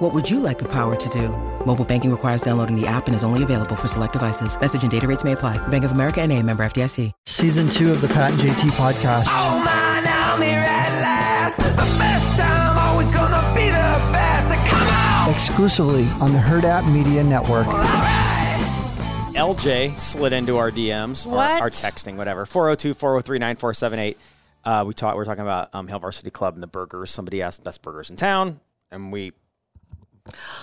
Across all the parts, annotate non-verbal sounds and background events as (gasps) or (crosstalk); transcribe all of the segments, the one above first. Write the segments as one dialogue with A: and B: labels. A: What would you like the power to do? Mobile banking requires downloading the app and is only available for select devices. Message and data rates may apply. Bank of America and a member FDIC.
B: Season two of the Pat and JT podcast.
C: Oh man, I'm here at last. The best time, always gonna be the best. Come on!
B: Exclusively on the Herd App Media Network.
D: LJ slid into our DMs, or
E: What?
D: our texting, whatever. 402 403 9478. Uh, We talked, we were talking about um, Hill Varsity Club and the burgers. Somebody asked best burgers in town, and we.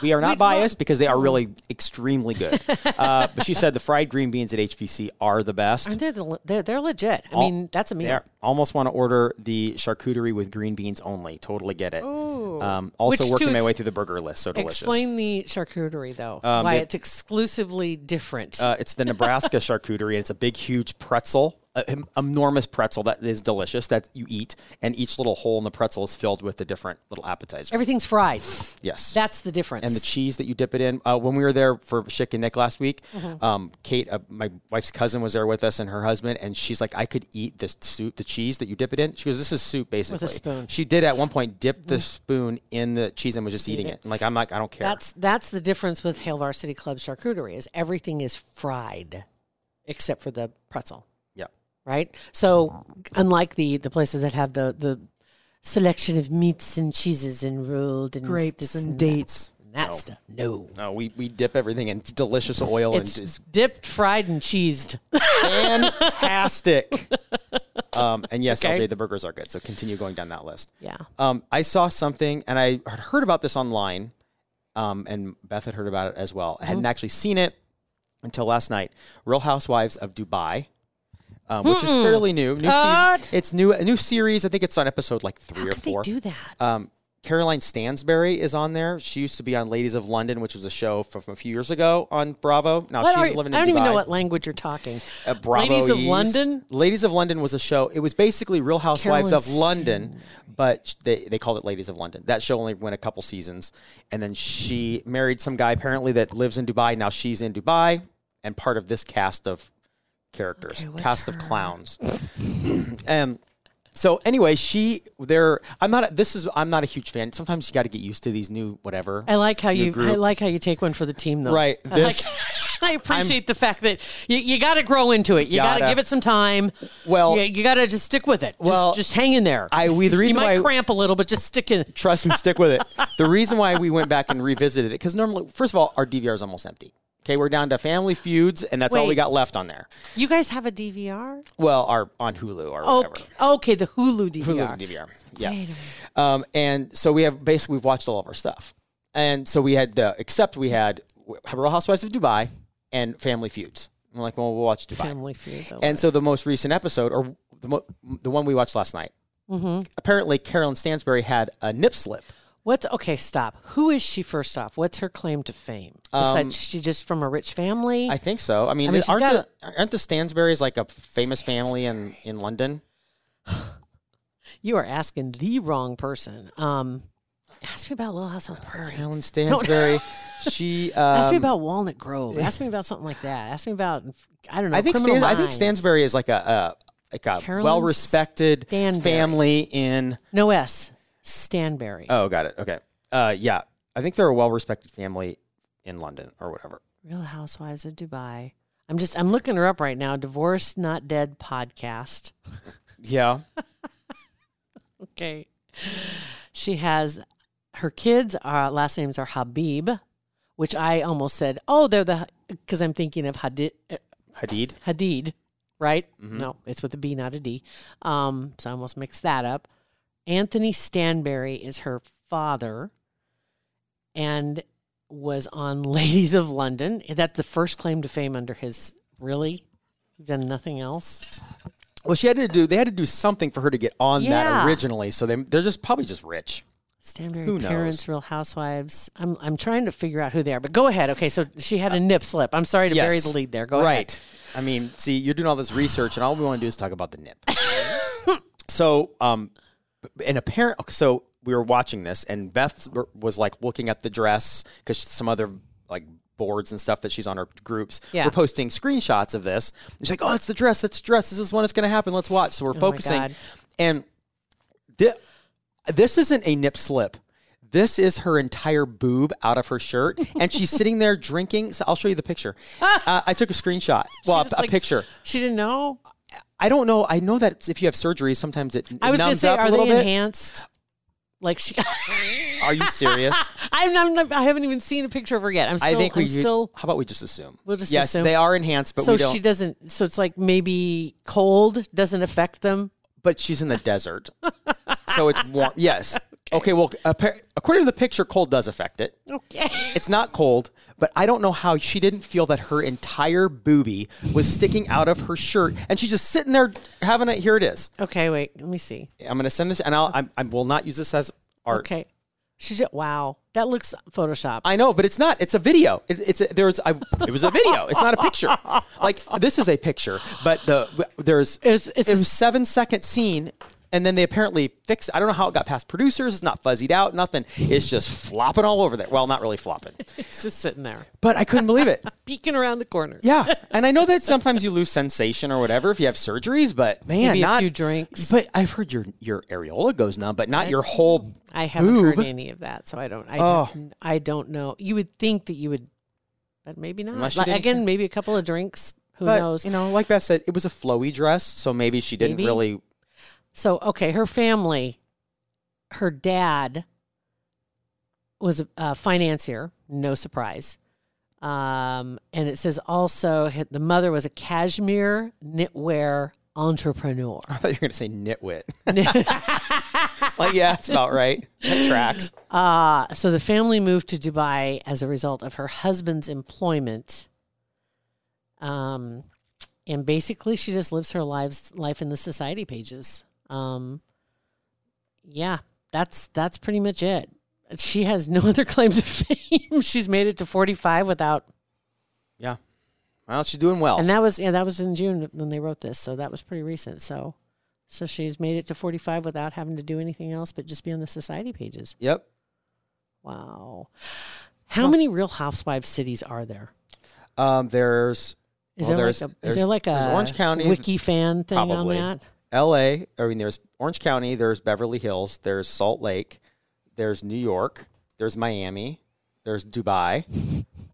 D: We are not biased because they are really extremely good. uh, but she said the fried green beans at HVC are the best.
E: Aren't they the, they're, they're legit. I mean, that's a meal.
D: There. Almost want to order the charcuterie with green beans only. Totally get it. Um, also
E: Which
D: working
E: to
D: my
E: ex-
D: way through the burger list. So delicious. Um,
E: Explain the charcuterie though. why it's exclusively different.
D: Uh, it's the
E: (laughs)
D: Nebraska charcuterie. and It's a big, huge pretzel, a, em- enormous pretzel that is delicious that you eat, and each little hole in the pretzel is filled with a different little appetizer.
E: Everything's fried.
D: yes,
E: That's the difference.
D: and the cheese that you dip it in. Uh, when we were there for Chick and Nick last week,
E: Mm-hmm.
D: um, Kate, uh, my wife's cousin, was there with us and her husband, and she's like, "I could eat this soup, the cheese that you dip it in." She goes, "This is soup, basically."
E: spoon. Mm-hmm.
D: She did at one point dip the spoon in the cheese and was just eating it. And like I'm like, I don't care.
E: that's that's the difference with Hale Varsity Club charcuterie is everything is fried, except for the pretzel.
D: yeah.
E: right? So unlike the the places that have the the selection of meats and cheeses and rolled and
F: Grapes
E: this
F: and
E: that,
F: dates.
E: and that stuff. No,
D: No, Uh, we, we dip everything in delicious oil
E: it's,
D: and it's
E: dipped, fried, and
D: (laughs)
E: cheesed. (laughs)
D: fantastic. um, and yes,
E: Okay.
D: LJ, the burgers are good. So continue going down that list.
E: yeah,
D: Um, I saw something, and I had heard about this online, um, and Beth had heard about it as well. I hadn't
E: Mm-hmm.
D: actually seen it until last night. Real Housewives of Dubai. Um, which
E: Hmm.
D: is fairly new. New season. It's new. A new series. I think it's on episode like three or
E: how could they
D: four.
E: do that?
D: Um, Caroline Stansberry is on there. She used to be on Ladies of London, which was a show from from a few years ago on Bravo. Now
E: What
D: she's
E: are-
D: living in
E: I don't even
D: Dubai
E: know what language you're talking.
D: uh, Bravo
E: Ladies of
D: E's.
E: London.
D: Ladies of London was a show. It was basically Real Housewives
E: Carolyn
D: of London, but sh- they, they called it Ladies of London. That show only went a couple seasons, and then she married some guy apparently that lives in Dubai. Now she's in Dubai and part of this cast of characters, cast of clowns. (laughs) um, so anyway, she there. I'm not. a- This is. I'm not a huge fan. Sometimes you got to get used to these new whatever.
E: I like how
D: new
E: you. I
D: group.
E: like how you take one for the team, though.
D: Right,
E: I, like-
D: this-
E: (laughs) I appreciate the fact that you, you got to grow into it. You got to
D: gotta-
E: give it some time.
D: Well-
E: you, you got to just stick with it. Just-
D: Well,
E: just, hang in there.
D: I- we- the
E: you
D: reason
E: might
D: why-
E: cramp a little, but just stick in.
D: trust me, stick with it. The reason why we went back and revisited it, because normally, first of all, our DVR is almost empty. Okay, we're down to Family Feuds, and that's all we
E: Wait.
D: got left on there.
E: You guys have a DVR?
D: Well, our on Hulu or whatever.
E: Okay, Oh, okay, the Hulu DVR.
D: Hulu DVR, yeah. Um, and so we have basically we've watched all of our stuff, and so we had the except we had Real Housewives of Dubai and Family Feuds. I'm like, well, we'll watch Dubai.
E: Family Feud. though.
D: And so the most recent episode, or the mo- the one we watched last night,
E: Mm-hmm.
D: apparently Carolyn Stansbury had a nip slip.
E: What's okay? Stop. Who is she? First off, what's her claim to fame?
D: Um,
E: Besides, she just from a rich family.
D: I think so. I mean,
E: I mean, she's
D: aren't,
E: gotta-
D: the, aren't the Stansberries like a famous family in, in London?
E: you are asking the wrong person. Um, ask me about Little House on the
D: (laughs)
E: Prairie.
D: Helen Stansberry. she. Um,
E: Ask me about Walnut Grove. Ask me about something like that. Ask me about I don't know.
D: I think
E: Criminal
D: Stan, I think
E: Minds.
D: Stansberry is like a, a like a
E: Carolyn
D: well respected
E: Stanberry.
D: family in.
E: No S. Stanberry.
D: Oh, got it. Okay. Uh, yeah, I think they're a well respected family in London or whatever.
E: Real Housewives of Dubai. I'm just I'm looking her up right now. Divorced Not Dead podcast. (laughs)
D: Yeah.
E: Okay. She has her kids. Are, last names are Habib, which I almost said, oh, they're the because I'm thinking of Hadid, uh,
D: Hadid.
E: Hadid, right?
D: Mm-hmm.
E: No, it's with a B, not a D. Um, so I almost mixed that up. Anthony Stanberry is her father, and was on (laughs) Ladies of London. That's the first claim to fame under his really. You've done nothing else.
D: Well, she had to do. They had to do something for her to get on
E: Yeah.
D: that originally. So they they're just probably just rich.
E: Stanberry
D: Who knows?
E: parents, Real Housewives. I'm I'm trying to figure out who they are, but go ahead. Okay, so she had a nip slip. I'm sorry to bury
D: Uh, Yes.
E: the lead there. Go
D: right. I mean, see, you're doing all this research, and all we want to do is talk about the
E: (laughs)
D: nip. so, um, and apparent. So we were watching this, and Beth was like looking at the dress because some other like boards and stuff that she's on her groups
E: Yeah.
D: were posting screenshots of this. And she's like, "Oh, it's the dress. That's the dress. This is when it's going to happen. Let's watch." So we're focusing,
E: Oh God.
D: and thi- this isn't a nip slip. This is her entire boob out of her shirt, and she's sitting
E: (laughs)
D: there drinking. So I'll show you the picture. Uh, I took a screenshot. Well,
E: She's
D: a, a
E: like-
D: picture.
E: ahead. She didn't know.
D: I don't know. I know that if you have surgery, sometimes it
E: I was gonna
D: numbs
E: say,
D: up
E: are
D: a little
E: they
D: bit.
E: enhanced? Like she,
D: Are you
E: (laughs)
D: serious?
E: I'm, I'm not, I haven't even seen a picture of her yet. I'm still,
D: I think we
E: I'm still.
D: How about we just assume?
E: We'll just
D: yes,
E: assume.
D: they are enhanced, but
E: so
D: we don't.
E: she doesn't. So it's like maybe cold doesn't affect them.
D: but she's in the
E: (laughs)
D: desert, so it's warm. Yes. Okay. well, appa- according to the picture, cold does affect it.
E: Okay.
D: It's not cold, but I don't know how she didn't feel that her entire boobie was sticking out of her shirt, and she's just sitting there having it. Here it is.
E: Okay. Wait. Let me see.
D: I'm gonna send this, and I'll, I'm, I will not use this as art.
E: Okay. She just. Wow. That looks Photoshop.
D: I know, but it's not. It's a video. It, it's a, there's I, it was a video. It's not a picture. Like this is a picture, but the there's
E: It was- it's
D: it
E: a-
D: was seven second scene, and then they apparently fixed. I don't know how it got past producers. It's not fuzzied out. Nothing. It's just flopping all over there. Well, not really flopping,
E: it's just sitting there,
D: but I couldn't believe it.
E: peeking around the corner.
D: Yeah, and I know that sometimes you lose sensation or whatever if you have surgeries, but man,
E: Maybe a
D: not
E: few drinks.
D: But I've heard your your areola goes numb, but not your whole.
E: I haven't
D: Boob.
E: heard any of that, so I don't. I,
D: Oh.
E: don't- I don't know. You would think that you would, but maybe not.
D: Unless you
E: Like,
D: didn't
E: again,
D: care.
E: maybe a couple of drinks. Who
D: But
E: knows?
D: you know, like Beth said, it was a flowy dress, so maybe she didn't
E: Maybe.
D: really (laughs)
E: So okay, her family, her dad was a, a financier, no surprise. Um, and it says also hi- the mother was a cashmere knitwear entrepreneur.
D: I thought you were going to say nitwit. (laughs) like, yeah, that's about right. That tracks.
E: Uh, so the family moved to Dubai as a result of her husband's employment. Um, and basically, she just lives her lives life in the society pages. Um, yeah, that's that's pretty much it. She has no (laughs) other claim to fame. (laughs) She's made it to forty five without,
D: Yeah. Well, she's doing well.
E: and that was yeah, that was in June when they wrote this, so that was pretty recent. So, so she's made it to forty five without having to do anything else but just be on the society pages.
D: yep.
E: Wow. How many Real Housewives cities are there?
D: Um, there's
E: Is
D: Well,
E: there
D: there's-
E: like a is there
D: there's-
E: like
D: there's
E: a
D: Orange County,
E: wiki fan thing
D: probably.
E: on that?
D: L.A. I mean, there's Orange County. There's Beverly Hills. There's Salt Lake. There's New York. There's Miami. There's Dubai.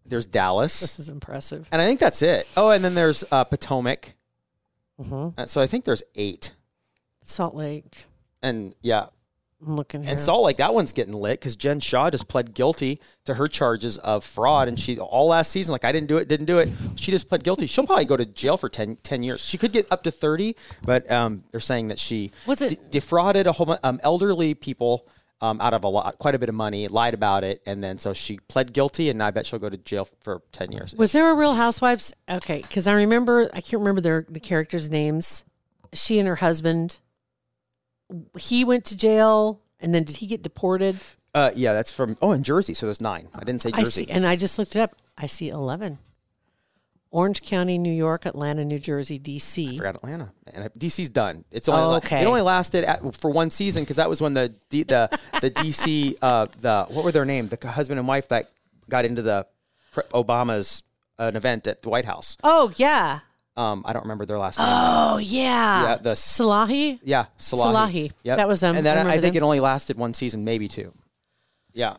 D: There's
E: This
D: Dallas.
E: is impressive.
D: And I think that's it. Oh, and then there's uh, Potomac.
E: hmm
D: Uh, so I think there's eight.
E: Salt Lake.
D: And yeah,
E: I'm looking here.
D: And Salt Lake, that one's getting lit because Jen Shaw just pled guilty to her charges of fraud. And she, all last season, like, I didn't do it, didn't do it. She just pled guilty. She'll probably go to jail for 10, 10 years. She could get up to 30, but um, they're saying that she
E: Was it-
D: defrauded a whole bunch um, elderly people um, out of a lot, quite a bit of money, lied about it. And then so she pled guilty, and I bet she'll go to jail for 10 years.
E: Was there a Real Housewives? Okay, because I remember I can't remember their the characters' names. She and her husband. He went to jail, and then did he get deported?
D: Uh, yeah, that's from, oh, in Jersey. So there's nine. I didn't say
E: I
D: Jersey.
E: see, and I just looked it up. I see eleven. Orange County, New York, Atlanta, New Jersey, D.C.
D: forgot Atlanta, and I- DC's done. It's only
E: Oh,
D: la-
E: okay.
D: it only lasted at, for one season because that was when the D, the the DC uh, the what were their name the husband and wife that got into the pre- Obama's an event at the White House.
E: Oh yeah,
D: Um, I don't remember their last name.
E: (gasps) Oh yeah.
D: Yeah, the s-
E: Salahi.
D: yeah, Salahi.
E: Salahi.
D: Yep.
E: That was them.
D: And then
E: I
D: I,
E: remember
D: think it
E: them.
D: only lasted one season, maybe two. Yeah,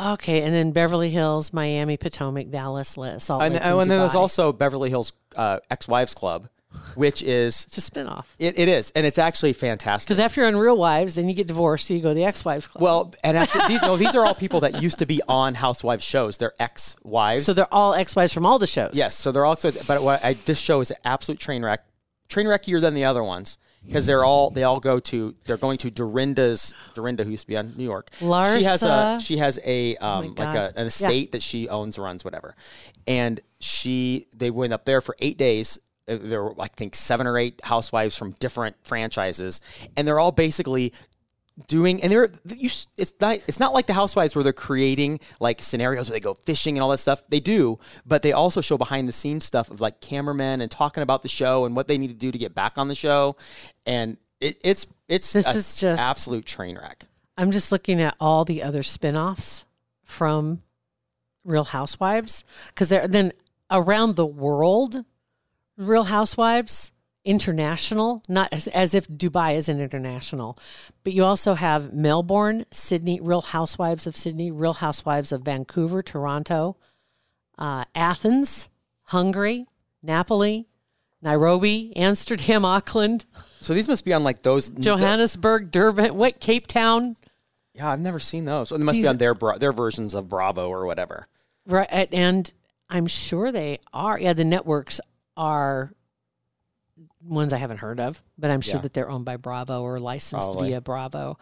E: Okay, and then Beverly Hills, Miami, Potomac, Dallas, La- Salt Lake,
D: and,
E: and,
D: oh, and then there's
E: Dubai.
D: also Beverly Hills uh, Ex-Wives Club, which is
E: it's a spinoff.
D: it, it is, and it's actually fantastic.
E: Because after you're on Real Wives, then you get divorced, so you go to the ex-wives club.
D: Well, and after these, no, these are all people that used to be on Housewives shows. They're ex-wives.
E: so they're all ex-wives from all the shows.
D: yes, so they're all ex-wives. But what I, this show is an absolute train wreck, train wreckier than the other ones because they're all they all go to they're going to Dorinda's Dorinda who used to be on New York. She has a
E: Larsa. Oh
D: she has a um, like a,
E: God.
D: an estate that she owns, runs, whatever, and she they went up there for eight days. Uh, There were I think seven or eight housewives from different franchises, and they're all basically doing and they're you s- it's not it's not like the housewives where they're creating like scenarios where they go fishing and all that stuff they do but they also show behind the scenes stuff of like cameramen and talking about the show and what they need to do to get back on the show and it, it's it's
E: This
D: a
E: is just-
D: absolute train wreck
E: I'm just looking at all the other spin-offs from Real Housewives cuz they're then around the world Real Housewives international not as, as if Dubai is an international but you also have Melbourne, Sydney, Real Housewives of Sydney, Real Housewives of Vancouver, Toronto, uh, Athens, Hungary, Napoli, Nairobi, Amsterdam, (laughs) Auckland,
D: so these must be on like those
E: Johannesburg, Durban, what Cape Town,
D: yeah i've never seen those so they must be
E: These-
D: on their bra- their versions of bravo or whatever
E: Right, a- and I'm sure they are. Yeah, the networks are ones I haven't heard of, but I'm sure
D: Yeah.
E: that they're owned by Bravo or licensed
D: Probably.
E: via Bravo.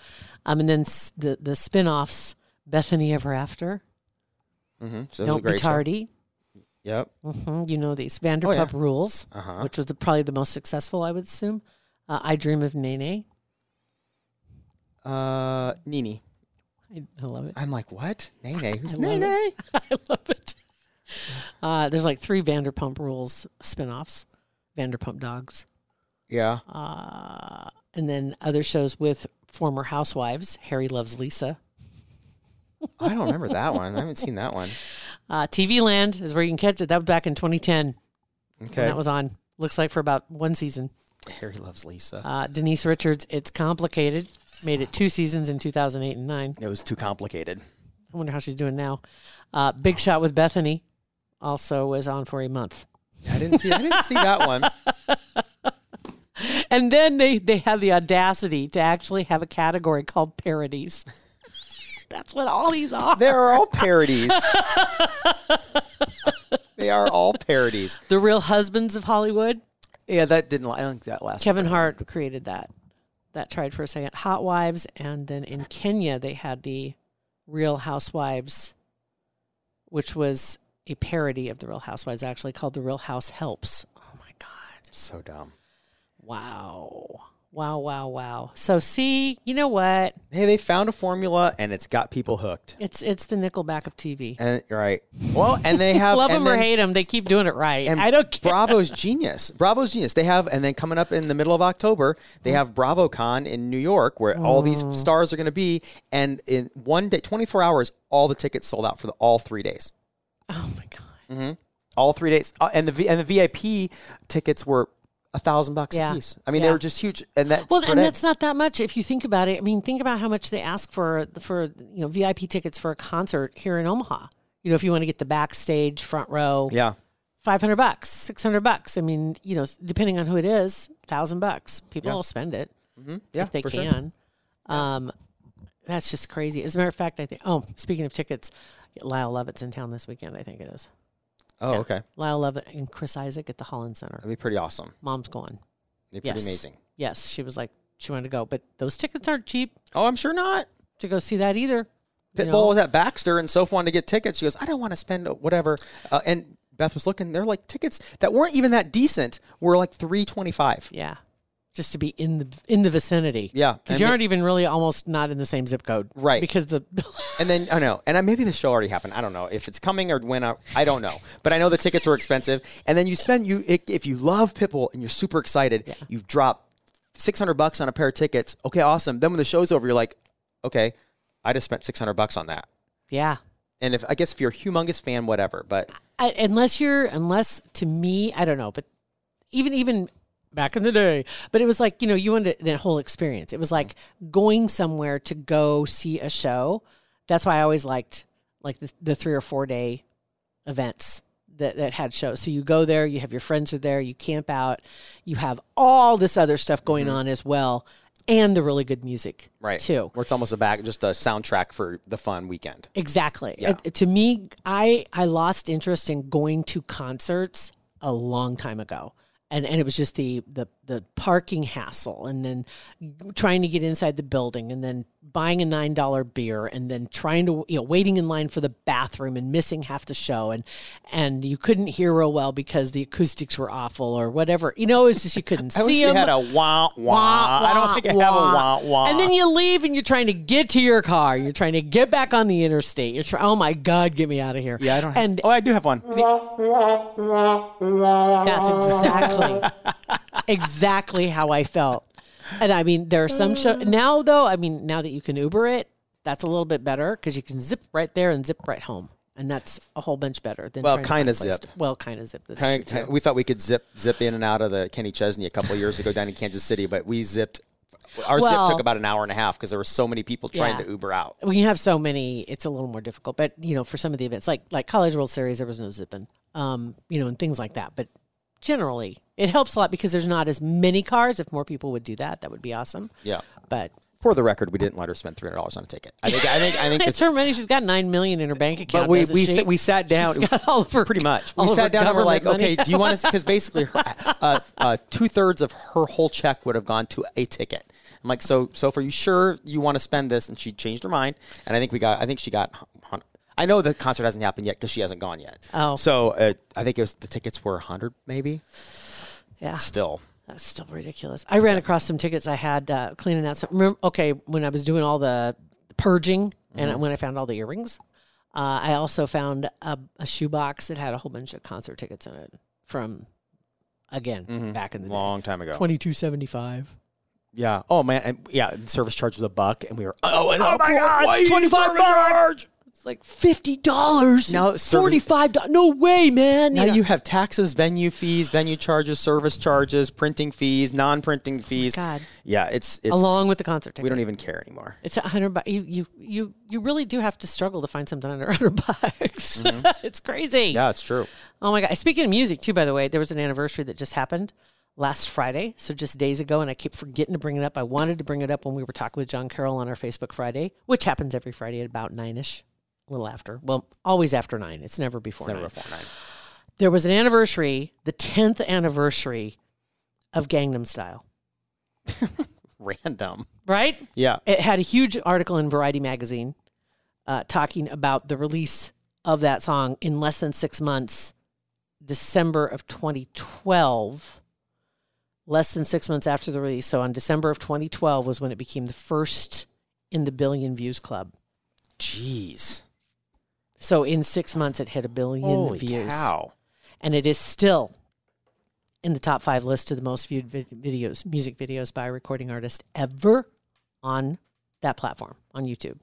E: Um, and then s- the the spinoffs, Bethany Ever After,
D: mm-hmm. so it was a
E: Don't Be
D: great show.
E: Tardy.
D: yep
E: hmm you know these Vanderpump Rules,
D: Uh-huh.
E: which was the, probably the most successful, I would assume. Uh, I Dream of Nene.
D: uh nini
E: I, I love it. (laughs)
D: i'm like what nene who's
E: I love it.
D: nene
E: I love it. Uh, there's like three Vanderpump Rules spinoffs, Vanderpump Dogs. (laughs)
D: yeah
E: uh, and then other shows with former housewives. Harry loves Lisa.
D: i don't remember that one i haven't seen that one
E: Uh, TV Land is where you can catch it. That was back in 2010. when
D: okay
E: That was on. Looks like for about one season.
D: Harry loves Lisa.
E: Uh, Denise Richards. It's complicated. Made it two seasons in 2008 and nine.
D: it was too complicated.
E: I wonder how she's doing now. Uh, Big Shot with Bethany also was on for a month.
D: I didn't see. I didn't see that (laughs) one.
E: And then they they have the audacity to actually have a category called parodies. (laughs) That's what all these are.
D: They are all parodies. (laughs) they are all parodies.
E: the Real Husbands of Hollywood.
D: Yeah, that didn't. I don't think that last.
E: Kevin Hart created that. That tried for a second. Hot Wives, and then in Kenya they had the Real Housewives, which was a parody of the Real Housewives, actually called the Real House Helps. Oh my God!
D: so dumb.
E: Wow, wow, wow, wow. So see, you know what?
D: Hey, they found a formula and it's got people hooked.
E: It's it's the Nickelback of TV.
D: And right. Well, and (laughs) they have
E: Love
D: and
E: them or
D: then-
E: hate them, they keep doing it right.
D: And
E: I don't care.
D: Bravo's genius. Bravo's genius. They have, and then coming up in the middle of October, they have BravoCon in New York, where all these stars are going to be. And in one day, twenty four hours, all the tickets sold out for the, all three days.
E: oh my God!
D: all three days uh, and the V- and the VIP tickets were a thousand bucks
E: Yeah.
D: a piece. I mean,
E: Yeah.
D: they were just huge, and that
E: Well, and that's not that much if you think about it. I mean, think about how much they ask for for you know VIP tickets for a concert here in Omaha. You know, if you want to get the backstage front row,
D: yeah,
E: five hundred bucks, six hundred bucks. I mean, you know, depending on who it is, thousand bucks. People
D: Yeah.
E: will spend it
D: yeah,
E: if they
D: for sure.
E: can. Um, that's just crazy. As a matter of fact, I think. Oh, speaking of tickets, Lyle Lovett's in town this weekend. I think it is
D: Oh, okay,
E: Lyle Lovett and Chris Isaac at the Holland Center.
D: that'd be pretty awesome.
E: Mom's going.
D: It'd be
E: Yes,
D: pretty amazing.
E: Yes, she was like she wanted to go, but those tickets aren't cheap.
D: Oh, I'm sure not.
E: to go see that either. you
D: Pitbull
E: know?
D: was at Baxter, and Soph wanted to get tickets. She goes, "I don't want to spend whatever." Uh, and Beth was looking. They're like tickets that weren't even that decent. Were like three twenty five.
E: Yeah. Just to be in the in the vicinity.
D: Yeah,
E: Because
D: I
E: you
D: mean-
E: aren't even really almost not in the same zip code.
D: Right.
E: Because the (laughs)
D: And then I know, and I, maybe the show already happened. I don't know if it's coming or when. I, I don't know, but I know the tickets were expensive. And then you spend you i- if you love Pitbull and you're super excited, you drop six hundred bucks on a pair of tickets. Okay, awesome. Then when the show's over, you're like, okay, I just spent six hundred bucks on that.
E: Yeah.
D: And if I guess if you're a humongous fan, whatever. But
E: I, unless you're unless to me, I don't know, but even even back in the day. But it was like, you know, you wanted that whole experience. It was like going somewhere to go see a show. That's why I always liked like the, the three or four day events that, that had shows. So you go there, you have your friends are there, you camp out, you have all this other stuff going on as well, and the really good music
D: right,
E: too.
D: where it's almost a back just a soundtrack for the fun weekend.
E: Exactly. It- to me, I I lost interest in going to concerts a long time ago. And, and it was just the, the the parking hassle and then trying to get inside the building and then buying a nine dollar beer and then trying to you know waiting in line for the bathroom and missing half the show and and you couldn't hear real well because the acoustics were awful or whatever you know it's just you
D: (laughs)
E: couldn't
D: I wish
E: see
D: we
E: them
D: had a wah wah. I don't think I have a wah wah.
E: and then you leave and you're trying to get to your car you're trying to get back on the interstate you're trying oh my god get me out of here
D: yeah, I don't. Have,
E: and
D: oh, I do have one.
E: that's exactly
D: (laughs)
E: exactly how I felt. And I mean, there are some show now though. I mean, now that you can Uber it, that's a little bit better because you can zip right there and zip right home, and that's a whole bunch better than
D: Well,
E: trying to find
D: kinda
E: a place
D: zip.
E: to- well, kind of zip. That's
D: Kind-
E: true,
D: kind-
E: too.
D: we thought we could zip zip in and out of the Kenny Chesney a couple of years ago down in Kansas City, but we zipped. Our
E: Well-
D: zip took about an hour and a half because there were so many people trying
E: Yeah.
D: to Uber out.
E: When you have so many, it's a little more difficult. But you know, for some of the events, like like College World Series, there was no zipping, um, you know, and things like that. But generally, it helps a lot because there's not as many cars. If more people would do that, that would be awesome.
D: Yeah.
E: But (laughs)
D: For the record, we didn't let her spend three hundred dollars on a ticket. I think. I think. I (laughs) think.
E: It's
D: the-
E: her money. She's got nine million in her bank account.
D: but we
E: doesn't
D: we,
E: she?
D: sat, we sat down.
E: She's got all of her,
D: pretty much.
E: all
D: We
E: of her
D: sat down and we're like,
E: government money.
D: okay, do you
E: (laughs)
D: want to? Because basically, her, uh, uh, two thirds of her whole check would have gone to a ticket. I'm like, so, so are you sure you want to spend this? And she changed her mind, and I think we got. I think she got. hun- I know the concert hasn't happened yet because she hasn't gone yet.
E: Oh.
D: so uh, I think it was the tickets were hundred maybe.
E: Yeah.
D: Still,
E: That's still ridiculous. I ran across some tickets I had uh, cleaning out some. Remember, okay, when I was doing all the purging
D: Mm-hmm.
E: and when I found all the earrings, uh, I also found a, a shoebox that had a whole bunch of concert tickets in it from, again, back in the
D: Mm-hmm. long time ago.
E: day. Twenty two seventy five.
D: Yeah. Oh man. And, yeah. And service charge was a buck, and we were. Oh, and
E: Oh, my God,
D: why are you
E: 25
D: service
E: bucks.
D: charge?
E: It's like fifty dollars.
D: Now
E: No,
D: it's service-
E: forty five dollars. No way, man.
D: Now
E: know.
D: you have taxes, venue fees, venue charges, service charges, printing fees, non-printing fees.
E: Oh God.
D: Yeah, it's it's
E: along with the concert ticket.
D: we don't even care anymore.
E: It's a hundred bucks. You, you you you really do have to struggle to find something under a hundred bucks. (laughs) it's crazy.
D: Mm-hmm. Yeah, it's true.
E: Oh my god! Speaking of music, too, by the way, there was an anniversary that just happened last Friday, so just days ago, and I keep forgetting to bring it up. I wanted to bring it up when we were talking with John Carroll on our Facebook Friday, which happens every Friday at about nine ish, a little after. Well, always after nine. It's never before
D: It's never
E: nine.
D: a fortnight.
E: There was an anniversary, the tenth anniversary of Gangnam Style.
D: (laughs) Random.
E: Right?
D: Yeah.
E: it had a huge article in Variety magazine uh, talking about the release of that song in less than six months, December of 2012. Less than six months after the release, so on December of 2012 was when it became the first in the billion views club.
D: Jeez.
E: So in six months, it hit a billion
D: Holy
E: views,
D: cow.
E: and it is still in the top five list of the most viewed vid- videos, music videos by a recording artist ever on that platform on YouTube.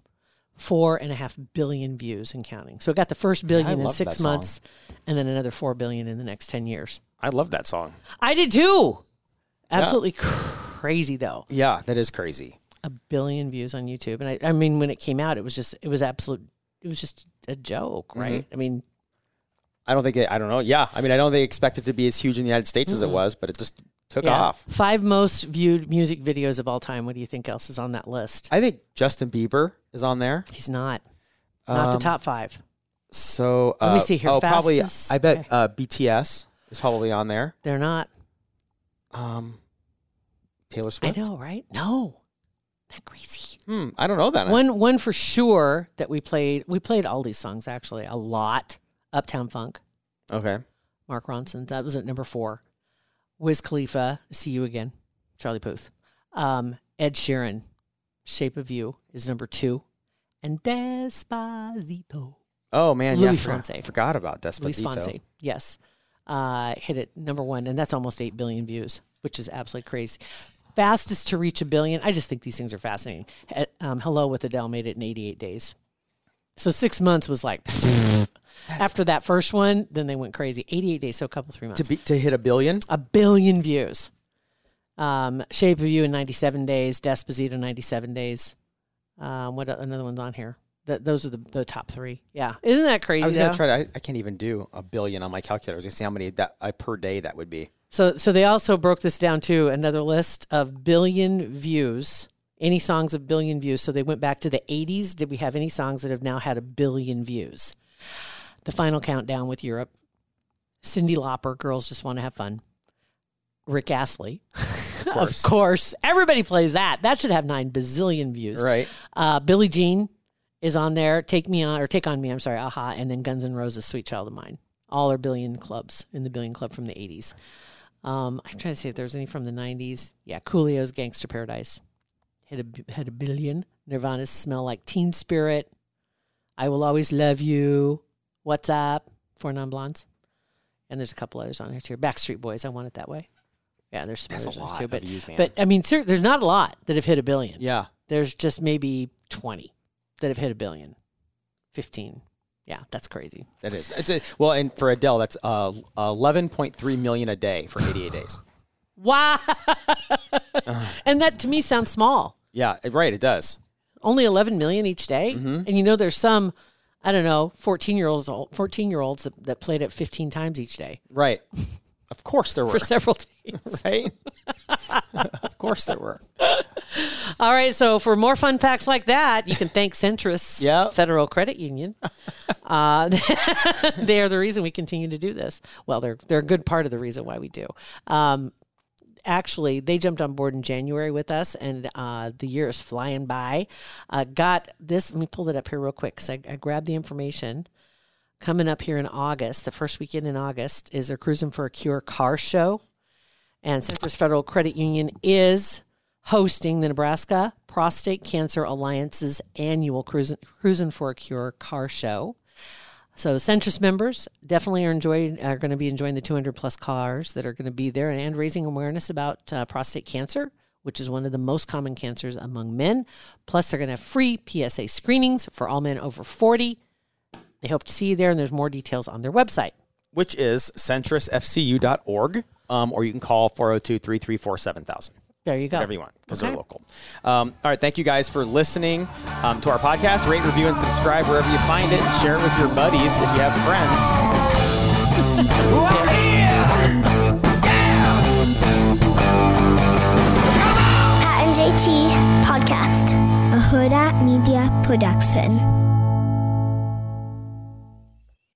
E: Four and a half billion views and counting. So it got the first billion in
D: loved that
E: six
D: song.
E: months, and then another four billion in the next ten years.
D: I love that song.
E: I did too. Absolutely crazy though
D: Yeah, that is crazy.
E: a billion views on YouTube. And I, I mean, when it came out, it was just, it was absolute, it was just a joke,
D: Mm-hmm.
E: right? I mean,
D: I don't think it, I don't know. Yeah, I mean, I don't think they expect it to be as huge in the United States as it was, but it just took
E: yeah.
D: off.
E: Five most viewed music videos of all time. What do you think else is on that list?
D: I think Justin Bieber is on there.
E: He's not. Not
D: Um,
E: the top five.
D: So
E: Let me
D: uh,
E: see here.
D: Oh, probably.
E: Fastest-
D: I bet
E: okay.
D: uh, BTS is probably on there.
E: They're not.
D: Um, Taylor Swift.
E: I know, right? No. That crazy.
D: Hmm, I don't know that.
E: One one for sure that we played we played all these songs actually a lot. Uptown Funk,
D: Okay.
E: Mark Ronson. That was at number four. Wiz Khalifa, See You Again, Charlie Puth. Um, Ed Sheeran, Shape of You is number two. And Despacito.
D: Oh man, yeah, I
E: Luis
D: forgot,
E: Fonsi.
D: forgot about
E: Luis
D: Despacito.
E: Fonsi, yes, uh, hit it number one, and that's almost eight billion views, which is absolutely crazy. Fastest to reach a billion. I just think these things are fascinating. Uh, Um, Hello with Adele made it in 88 days. So six months was like (laughs) after that first one, then they went crazy. 88 days, so a couple three months,
D: To be to hit a billion.
E: a billion views. Um, Shape of You in 97 days, Despacito 97 days. Um, what another one's on here? Th- those are the, the top three. Yeah, isn't that crazy?
D: I was gonna
E: though?
D: try to. I, I can't even do a billion on my calculator. I was gonna see how many that I per day that would be.
E: So, so they also broke this down to another list of billion views. Any songs of billion views. So they went back to the 80s. Did we have any songs that have now had a billion views? The final countdown with Europe. Cindy Lauper, Girls Just Want to Have Fun. Rick Astley. (laughs) Of course. Everybody plays that. That should have nine bazillion views.
D: Right.
E: Uh, Billie Jean is on there. Take me on, or take on me. I'm sorry. Aha. And then Guns N' Roses, Sweet Child of Mine. All are billion clubs in the billion club from the 80s. Um, I'm trying to see if there's any from the 90s. Yeah, Coolio's Gangster Paradise. Hit a, had a billion. Nirvana's Smell Like Teen Spirit. I Will Always Love You. What's Up? Four Non Blondes. And there's a couple others on here too. Backstreet Boys. I want it that way. Yeah, there's some
D: That's a
E: others on there,
D: lot
E: too,
D: of
E: but
D: views, man.
E: but I mean, ser- there's not a lot that have hit a billion.
D: Yeah.
E: There's just maybe 20 that have hit a billion, 15. Yeah, that's crazy.
D: That is. It's a, well, and for Adele, that's uh, 11.3 million a day for 88 days.
E: (laughs) Wow. and that to me sounds small.
D: Yeah, it- right. It does.
E: Only 11 million each day. And you know, there's some, I don't know, 14 year olds, 14 year olds that, that played it 15 times each day
D: Right. Of course there were.
E: for several days.
D: right? of course there were.
E: All right. So for more fun facts like that, you can thank Centris
D: Yeah.
E: Federal Credit Union. Uh, (laughs) they are the reason we continue to do this. Well, they're they're a good part of the reason why we do. Um, actually, they jumped on board in January with us, and uh, the year is flying by. Uh, got this. Let me pull it up here real quick because I, I grabbed the information. Coming up here in August, the first weekend in August is their Cruising for a Cure car show. And Cypress Federal Credit Union is hosting the Nebraska Prostate Cancer Alliance's annual Cruisin', Cruisin' for a Cure car show. So Centris members definitely are enjoying are going to be enjoying the 200 plus cars that are going to be there and raising awareness about uh, prostate cancer, which is one of the most common cancers among men. Plus, they're going to have free PSA screenings for all men over 40. They hope to see you there, and there's more details on their website.
D: Which is centrisfcu.org, um, or you can call 402 334 7000.
E: There you go.
D: Whatever you want, because
E: Okay.
D: they're local. Um, all right. Thank you guys for listening um, to our podcast. Rate, review, and subscribe wherever you find it. Share it with your buddies if you have friends.
C: Well, I'm here. Yeah. Come on.
F: Pat and JT Podcast, a Huda Media Production.